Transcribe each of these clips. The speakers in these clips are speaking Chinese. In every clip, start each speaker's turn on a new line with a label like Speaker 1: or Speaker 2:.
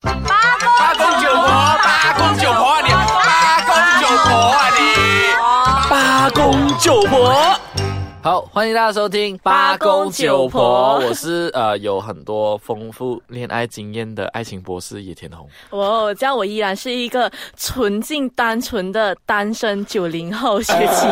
Speaker 1: 啊九婆。啊好，欢迎大家收听《
Speaker 2: 八公九婆
Speaker 1: 我是呃有很多丰富恋爱经验的爱情博士野田红。
Speaker 2: 哦，这样我依然是一个纯净单纯的单身九零后学期。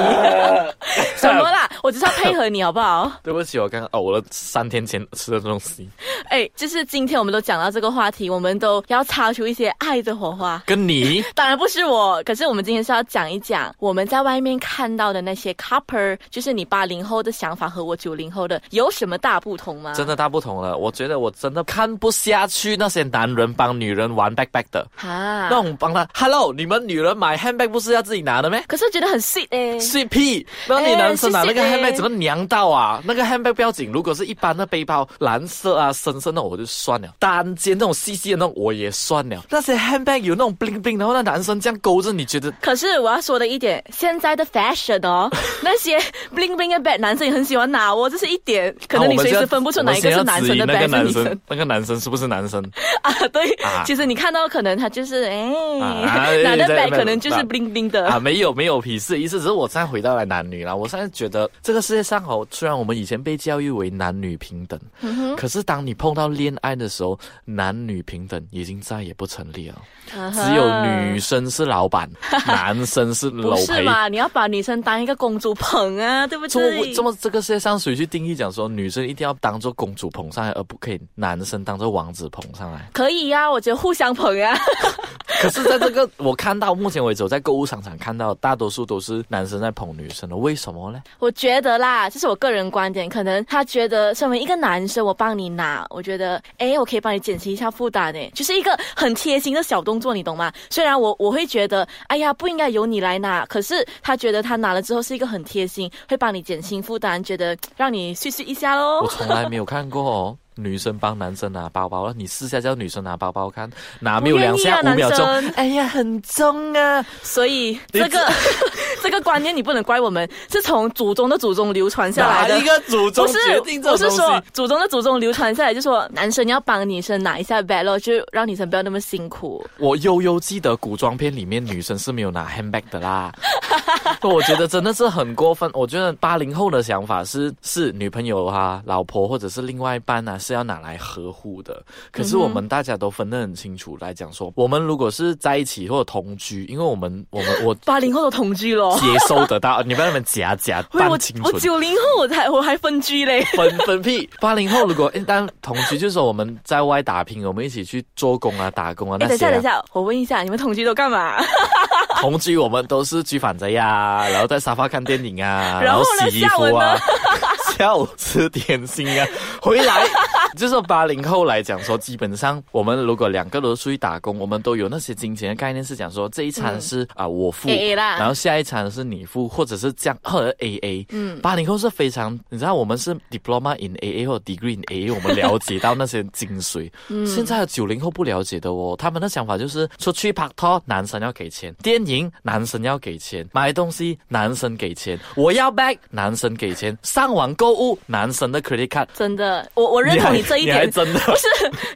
Speaker 2: 什么啦？我只是要配合你好不好？
Speaker 1: 对不起，我刚刚呕了三天前吃的东西，
Speaker 2: 哎，就是今天我们都讲到这个话题，我们都要擦出一些爱的火花。
Speaker 1: 跟你
Speaker 2: 当然不是我，可是我们今天是要讲一讲我们在外面看到的那些 couple，就是你八零后的想法和我九零后的有什么大不同吗？
Speaker 1: 真的大不同了。我觉得我真的看不下去那些男人帮女人玩 backpack 的，
Speaker 2: 啊
Speaker 1: 那，种帮他 hello，你们女人买 handbag 不是要自己拿的咩？
Speaker 2: 可是觉得很 sweet 哎、
Speaker 1: 是屁！那你男生拿
Speaker 2: 哎
Speaker 1: 那
Speaker 2: 谢谢
Speaker 1: 个 handbag 怎么娘到啊？那个 handbag 不要紧，如果是一般的背包，蓝色啊、深色那种我就算了，单肩那种细细的那种我也算了。那些 handbag 有那种 bling bling，然后那男生这样勾着，你觉得
Speaker 2: 可是我要说的一点，现在的 fashion 哦，那些 bling bling 的 bag 男生也很喜欢拿哦，这是一点，可
Speaker 1: 啊
Speaker 2: 能你随时分不出哪一个是男生的
Speaker 1: 我们现在
Speaker 2: bag 是
Speaker 1: 指
Speaker 2: 女
Speaker 1: 引那个男生，那
Speaker 2: 生
Speaker 1: 个男生是不是男生？
Speaker 2: 啊。对，
Speaker 1: 啊
Speaker 2: 其实你看到可能他就是哎，
Speaker 1: 啊
Speaker 2: 拿的
Speaker 1: 对
Speaker 2: bag
Speaker 1: 对
Speaker 2: 可能就是
Speaker 1: 对
Speaker 2: bling bling 的。
Speaker 1: 啊，没有没有鄙视的意思，只是我现在回到来男女啦。我现在觉得这个世界上哦，虽然我们以前被教育为男女平等，
Speaker 2: 嗯
Speaker 1: 可是当你碰到恋爱的时候，男女平等已经再也不成立了。
Speaker 2: 啊哈
Speaker 1: 只有女生是老板，男生是
Speaker 2: 啊 不
Speaker 1: 楼
Speaker 2: 是
Speaker 1: 陪。
Speaker 2: 嘛？你要把女生当一个公主捧啊，对不
Speaker 1: 这么
Speaker 2: 对？
Speaker 1: 这么这个世界上谁去定义讲说女生一定要当做公主捧上来，而不可以男生当做王子捧上来？
Speaker 2: 可以呀、我觉得互相捧啊。
Speaker 1: 可是，在这个我看到目前为止，我在购物商场看到大多数都是男生在捧女生的，为什么呢？
Speaker 2: 我觉得啦，这是我个人观点，可能他觉得身为一个男生，我帮你拿，我觉得，诶，我可以帮你减轻一下负担，诶，就是一个很贴心的小动作，你懂吗？虽然我我会觉得，哎呀，不应该由你来拿，可是他觉得他拿了之后是一个很贴心，会帮你减轻负担，觉得让你蓄蓄一下
Speaker 1: 我
Speaker 2: 喽。
Speaker 1: 从来没有看过哦。女生帮男生拿包包，你试下叫女生拿包包看，拿没有两下
Speaker 2: 不愿
Speaker 1: 五
Speaker 2: 意啊
Speaker 1: 秒钟
Speaker 2: 男生，
Speaker 1: 哎呀，很重啊！
Speaker 2: 所以
Speaker 1: 你
Speaker 2: 这个 这个观念你不能怪我们，是从祖宗的祖宗流传下来
Speaker 1: 哪
Speaker 2: 的
Speaker 1: 一。个祖宗
Speaker 2: 不是
Speaker 1: 决定，这
Speaker 2: 我
Speaker 1: 种
Speaker 2: 是
Speaker 1: 东西？
Speaker 2: 说祖宗的祖宗流传下来，就说 男生要帮女生拿一下 bag 咯，就让女生不要那么辛苦。
Speaker 1: 我悠悠记得古装片里面女生是没有拿 handbag 的啦，我觉得真的是很过分。我觉得八零后的想法是，是女朋友啊、老婆或者是另外一半啊是要拿来呵护的。可是我们大家都分得很清楚来讲说，我们如果是在一起或者同居，因为我们我们我
Speaker 2: 八零后的同 居咯。
Speaker 1: 接收得到，你不要那么假假
Speaker 2: 喂，我
Speaker 1: 扮清
Speaker 2: 我
Speaker 1: 纯。
Speaker 2: 九零后我才我还分居嘞，
Speaker 1: 分分屁！八零后如果一旦同居，就是说我们在外打拼，我们一起去做工啊、打工啊
Speaker 2: 哎，
Speaker 1: 那
Speaker 2: 等一
Speaker 1: 些、
Speaker 2: 下，
Speaker 1: 啊
Speaker 2: 等一。下，我问一下，你们同居都干嘛？
Speaker 1: 同居我们都是居反贼呀、然后在沙发看电影啊，
Speaker 2: 然后呢
Speaker 1: 洗衣服啊
Speaker 2: 下，
Speaker 1: 下午吃点心啊，回来。 就是说八零后来讲说，基本上我们如果两个都出去打工，我们都有那些金钱的概念，是讲说这一餐是啊、我付
Speaker 2: AA 啦
Speaker 1: 然后下一餐是你付，或者是这样或者 A A。嗯，八零后是非常，你知道我们是 diploma in A A 或 degree in A A，我们了解到那些精髓。现在的九零后不了解的哦，他们的想法就是出去拍拖，男生要给钱；电影男生要给钱；买东西男生给钱；我要 bag 男生给钱；上网购物男生的 credit card。
Speaker 2: 真的，我我认同
Speaker 1: 还
Speaker 2: 你这一
Speaker 1: 你还
Speaker 2: 点，
Speaker 1: 真的
Speaker 2: 不是，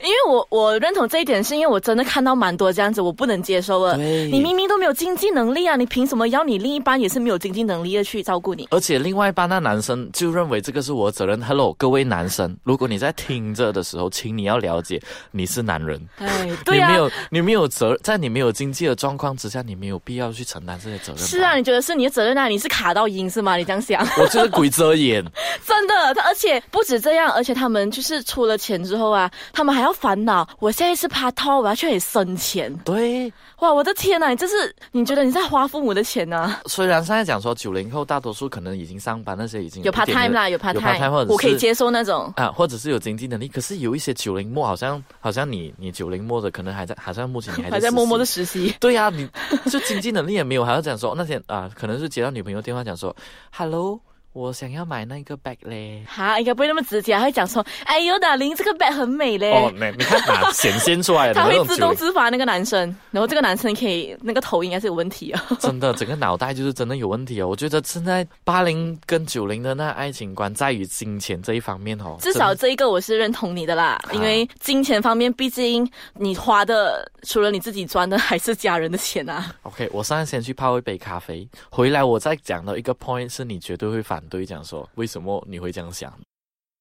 Speaker 2: 因为我我认同这一点，是因为我真的看到蛮多这样子，我不能接受了。
Speaker 1: 对
Speaker 2: 你明明都没有经济能力啊，你凭什么要你另一半也是没有经济能力的去照顾你？
Speaker 1: 而且另外一半那男生就认为这个是我的责任。Hello，各位男生，如果你在听着的时候，请你要了解，你是男人，
Speaker 2: 哎，对
Speaker 1: 你没
Speaker 2: 啊，
Speaker 1: 有你没有责，在你没有经济的状况之下，你没有必要去承担这些责任。
Speaker 2: 是啊，，你觉得是你的责任啊？你是卡到音是吗？你这样想？
Speaker 1: 我就是鬼遮眼，
Speaker 2: 真的，他而且不止这样，而且他们就是出了钱之后啊，他们还要烦恼，我下一次拍拖我要去哪里生钱？
Speaker 1: 对。
Speaker 2: 哇，我的天呐，你这是你觉得你在花父母的钱呢、
Speaker 1: 虽然现在讲说九零后大多数可能已经上班，那些已经
Speaker 2: 有 part
Speaker 1: 一点
Speaker 2: time 啦，
Speaker 1: 嗯有
Speaker 2: 有 part
Speaker 1: part time，或者是
Speaker 2: 我可以接受那种。
Speaker 1: 啊，或者是有经济能力，可是有一些九零末好像好像你你九零末的可能还在，好像目前你还在
Speaker 2: 还在默默的
Speaker 1: 实习。
Speaker 2: 实习，
Speaker 1: 对呀、你就经济能力也没有，还要讲说那天啊，可能是接到女朋友电话讲说，Hello，我想要买那个 bag 嘞。
Speaker 2: 哈，应该不会那么直接，他会讲说，哎呦，达林这个 bag 很美嘞。
Speaker 1: 哦，你你看哪显现出来的
Speaker 2: 他
Speaker 1: 那
Speaker 2: 会
Speaker 1: 种
Speaker 2: 自
Speaker 1: 九
Speaker 2: 动
Speaker 1: 零，
Speaker 2: 自发那个男生，然后这个男生可以那个头应该是有问题啊。
Speaker 1: 真的整个脑袋就是真的有问题哦。我觉得现在八零跟九零的那爱情观在于金钱这一方面哦，
Speaker 2: 至少
Speaker 1: 真
Speaker 2: 这一个我是认同你的啦，
Speaker 1: 啊
Speaker 2: 因为金钱方面，毕竟你花的除了你自己赚的，还是家人的钱啊。
Speaker 1: OK。我现在先去泡一杯咖啡，回来我再讲到一个 point 是你绝对会反对，讲说为什么你会这样想。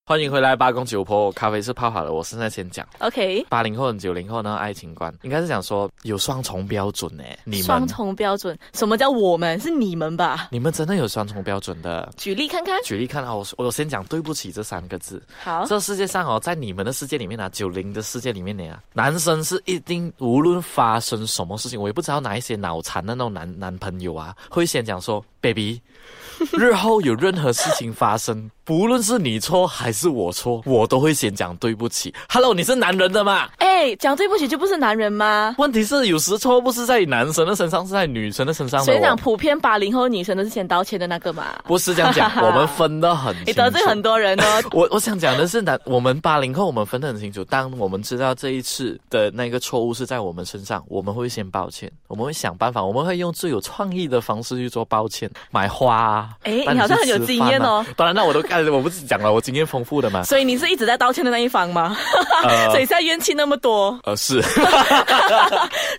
Speaker 1: 欢迎回来，八公九婆，咖啡是泡好了，我现在先讲。
Speaker 2: OK，
Speaker 1: 八零后跟九零后呢，爱情观应该是讲说有双重标准呢、你
Speaker 2: 双
Speaker 1: 们
Speaker 2: 重标准，什么叫我们？是你们吧？
Speaker 1: 你们真的有双重标准的。
Speaker 2: 举例看看。
Speaker 1: 举例看啊，我我先讲对不起这三个字。
Speaker 2: 好，
Speaker 1: 这世界上哦，在你们的世界里面啊，九零的世界里面呢、啊男生是一定无论发生什么事情，我也不知道哪一些脑残的那种男男朋友啊，会先讲说，baby，日后有任何事情发生，不论是你错还是我错，我都会先讲对不起。Hello，你是男人的嘛？
Speaker 2: 哎，讲对不起就不是男人吗？
Speaker 1: 问题是有时错不是在男生的身上，是在女生的身上的
Speaker 2: 所以
Speaker 1: 哦。
Speaker 2: 讲，普遍八零后女生都是先道歉的那个嘛。
Speaker 1: 不是这样 讲，我们分得很清楚。
Speaker 2: 你得罪很多人 哦。
Speaker 1: 我我想讲的是男，我们八零后我们分得很清楚。当我们知道这一次的那个错误是在我们身上，我们会先抱歉，我们会想办法，我们会用最有创意的方式去做抱歉，买花、啊。
Speaker 2: 哎
Speaker 1: 带
Speaker 2: 你好像
Speaker 1: 去
Speaker 2: 很有
Speaker 1: 吃
Speaker 2: 经验
Speaker 1: 饭啊
Speaker 2: 哦。。
Speaker 1: 当然，那我都看，我不是讲了，我经验丰富的嘛
Speaker 2: 所以你是一直在道歉的那一方吗？ 所
Speaker 1: 呃
Speaker 2: 以现在怨气那么多。
Speaker 1: 呃，是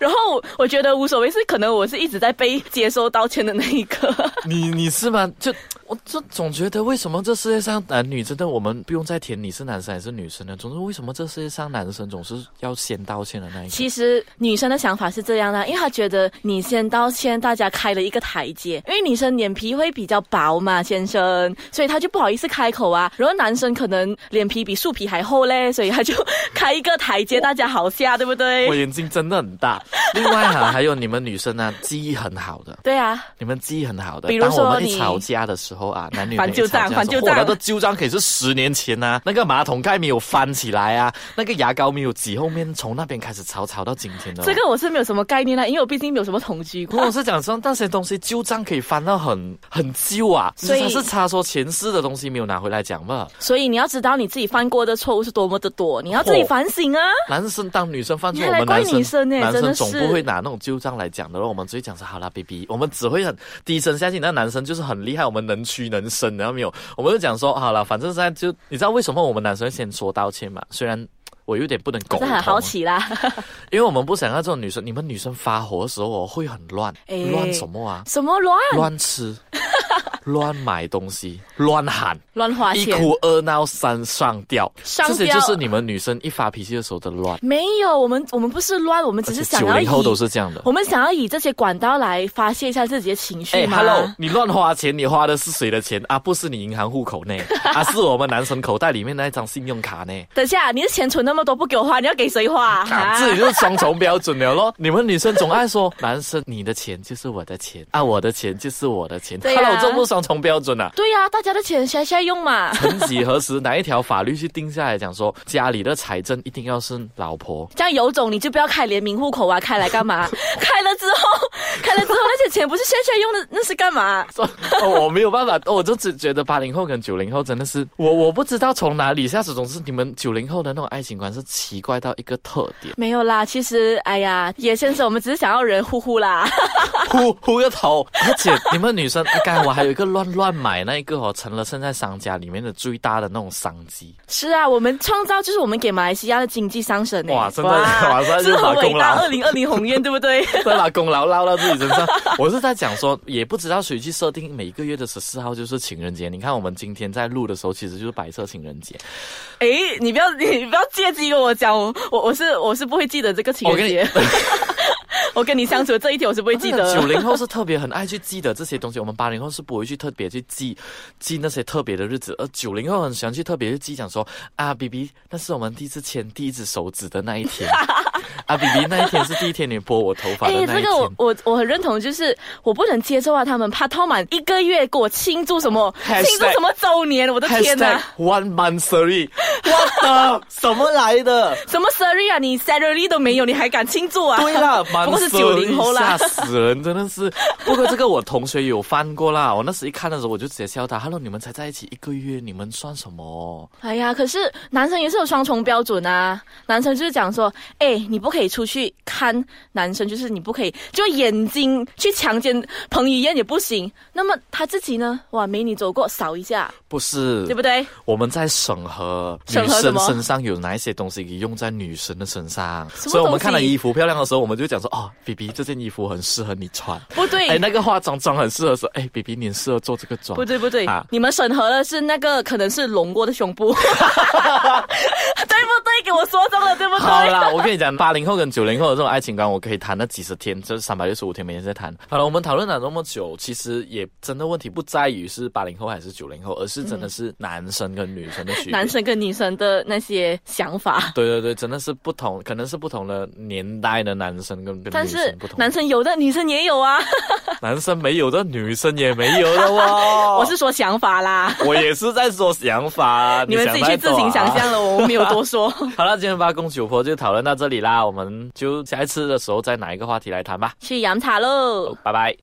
Speaker 2: 然后我觉得无所谓，是可能我是一直在被接收道歉的那一个。
Speaker 1: 你你是吗？就我就总觉得为什么这世界上男女真的我们不用再填你是男生还是女生呢？总之为什么这世界上男生总是要先道歉的那一个？
Speaker 2: 其实女生的想法是这样的，因为她觉得你先道歉，大家开了一个台阶，因为女生脸皮会比较薄嘛，先生，所以她就不好意思开口啊。然后男生可能脸皮比树皮还厚嘞，所以他就开一个台阶，大家好下，对不
Speaker 1: 我
Speaker 2: 对？
Speaker 1: 眼睛真的很大。另外哈、还有你们女生呢、啊记忆很好的，
Speaker 2: 对啊，
Speaker 1: 你们记忆很好的。
Speaker 2: 比如说
Speaker 1: 当我们
Speaker 2: 你
Speaker 1: 一吵架的时候啊，男女
Speaker 2: 翻
Speaker 1: 朋友
Speaker 2: 旧
Speaker 1: 一吵
Speaker 2: 账
Speaker 1: 架
Speaker 2: 翻
Speaker 1: 的时
Speaker 2: 旧
Speaker 1: 候，哇那
Speaker 2: 账
Speaker 1: 个旧账可是十年前呐、那个马桶盖没有翻起来啊，那个牙膏没有挤后面，从那边开始吵吵到今天的、哦。
Speaker 2: 这个我是没有什么概念啦，因为我毕竟没有什么同居
Speaker 1: 不
Speaker 2: 过。
Speaker 1: 过我是讲说，那些东西旧账可以翻到很很旧啊，
Speaker 2: 所以
Speaker 1: 就是他是差说前世的东西没有拿回来讲嘛。
Speaker 2: 所以你要知道你自己犯过的错误是多么的多，你要自己
Speaker 1: 嚯
Speaker 2: 反省啊。
Speaker 1: 男生当女生犯错，
Speaker 2: 你
Speaker 1: 我
Speaker 2: 还
Speaker 1: 们男
Speaker 2: 怪
Speaker 1: 生
Speaker 2: 女生欸
Speaker 1: 男
Speaker 2: 真
Speaker 1: 生
Speaker 2: 的是
Speaker 1: 总不会拿那种旧账来讲的咯。我们只会讲说好啦，baby，我们只会很低声下气。那男生就是很厉害，我们能屈能伸，然后没有，我们就讲说好了，反正现在就你知道为什么我们男生会先说道歉嘛？虽然。我有点不能苟
Speaker 2: 这
Speaker 1: 同，啊
Speaker 2: 很好奇啦。
Speaker 1: 因为我们不想要这种女生。你们女生发火的时候哦，会很乱，
Speaker 2: 哎
Speaker 1: 乱什么啊？
Speaker 2: 什么乱
Speaker 1: 乱吃，乱买东西，乱喊，
Speaker 2: 乱花
Speaker 1: 一
Speaker 2: 钱？
Speaker 1: 哭二闹三上吊，
Speaker 2: 上
Speaker 1: 这些
Speaker 2: 吊
Speaker 1: 就是你们女生一发脾气的时候的乱。
Speaker 2: 没有，我们我们不是乱，我们只是想
Speaker 1: 九
Speaker 2: 要以
Speaker 1: 零后都是这样的。
Speaker 2: 我们想要以这些管道来发泄一下自己的情绪
Speaker 1: 哎
Speaker 2: 嘛。
Speaker 1: ，Hello，你乱花钱，你花的是谁的钱啊？不是你银行户口内， 啊，是我们男生口袋里面那一张信用卡呢。
Speaker 2: 等一下，你的钱存那么多不给我花，你要给谁花？
Speaker 1: 啊，这里就是双重标准了咯。你们女生总爱说，男生你的钱就是我的钱啊，我的钱就是我的钱。
Speaker 2: 对啊
Speaker 1: Hello，这不是双重标准啊？
Speaker 2: 对呀、大家的钱现在 用嘛。
Speaker 1: 曾几何时，哪一条法律去定下来讲说，家里的财政一定要是老婆？
Speaker 2: 这样有种你就不要开联名户口啊，开来干嘛？开了之后，开了之后那些钱不是现在用的，那是干嘛？，
Speaker 1: 说哦，我没有办法，我就只觉得八零后跟九零后真的是，我我不知道从哪里下手，总是你们九零后的那种爱情观是奇怪到一个特点
Speaker 2: 没有啦，其实哎呀，野先生，我们只是想要人呼呼啦。
Speaker 1: 呼呼个头，而且你们女生，呃刚才我还有一个乱乱买那一个哦，成了现在商家里面的最大的那种商机，
Speaker 2: 是啊，我们创造就是我们给马来西亚的经济上升、欸。
Speaker 1: 哇真的 马上就是
Speaker 2: 很
Speaker 1: 打
Speaker 2: 伟
Speaker 1: 工
Speaker 2: 大
Speaker 1: 啦
Speaker 2: 二零二零鸿运，对不对？
Speaker 1: 再把功劳捞到自己身上。我是在讲说，也不知道谁去设定每个月的十四号就是情人节。你看我们今天在录的时候，其实就是白色情人节。
Speaker 2: 诶，哎你不要你你不要借机跟我讲，我我我是我是不会记得这个
Speaker 1: 哦
Speaker 2: 情人节。 我跟你相处的这一天，我是不会记得。
Speaker 1: 九零后是特别很爱去记得这些东西，我们八零后是不会去特别去记记那些特别的日子，而九零后很喜欢去特别去记，讲说啊，B B，那是我们第一次牵第一只手指的那一天。 啊比比那一天是第一天你拨我头发的那一
Speaker 2: 哎，
Speaker 1: 天，
Speaker 2: 这个我我我很认同，就是我不能接受啊，他们怕套满一个月给我庆祝什么
Speaker 1: Hashtag
Speaker 2: 庆祝什么周年，我的天哪！
Speaker 1: One month salary，what the 什么来 的？
Speaker 2: 什么 salary 啊，你 salary 都没有，你还敢庆祝啊？
Speaker 1: 对啦，蛮
Speaker 2: 不过是九零后啦
Speaker 1: sorry，吓死人，真的是。不过这个我同学有翻过啦，我那时一看的时候我就直接笑他，Hello，你们才在一起一个月，你们算什么？
Speaker 2: 哎呀，可是男生也是有双重标准啊。男生就是讲说，哎，你不可以出去看男生，就是你不可以，就眼睛去强奸彭于晏也不行。那么他自己呢？哇，美女走过扫一下，
Speaker 1: 不是，
Speaker 2: 对不对？
Speaker 1: 我们在审核女
Speaker 2: 审核什
Speaker 1: 生
Speaker 2: 么
Speaker 1: 身上有哪一些东西可以用在女生的身上，
Speaker 2: 什么
Speaker 1: 所以我们
Speaker 2: 东西
Speaker 1: 看了衣服漂亮的时候，我们就讲说哦，B B 这件衣服很适合你穿，
Speaker 2: 不对，
Speaker 1: 哎，那个化妆妆很适合说，哎，B B 你很适合做这个妆，
Speaker 2: 不对不对，
Speaker 1: 啊
Speaker 2: 你们审核的是那个可能是龙过的胸 部，对不对？给我说中了，对不对？
Speaker 1: 好啦，我跟你讲，八零后跟九零后的这种爱情观，我可以谈那几十天，就是三百六十五天，每天在谈。好了，我们讨论了那么久，其实也真的问题不在于是八零后还是九零后，而是真的是男生跟女生的区别。
Speaker 2: 嗯男生跟女生的那些想法。
Speaker 1: 对对对，真的是不同，可能是不同的年代的男生跟跟
Speaker 2: 但
Speaker 1: 女
Speaker 2: 是
Speaker 1: 生不同，
Speaker 2: 男生有的，女生也有啊。
Speaker 1: 男生没有的，女生也没有的哇。
Speaker 2: 我是说想法啦，
Speaker 1: 我也是在说想法，
Speaker 2: 你们自己去自行想
Speaker 1: 象。
Speaker 2: 象了，我没有多说。
Speaker 1: 好了，今天八公九婆就讨论到这里啦，我们就下一次的时候再拿一个话题来谈吧。
Speaker 2: 去养茶喽。
Speaker 1: 拜拜。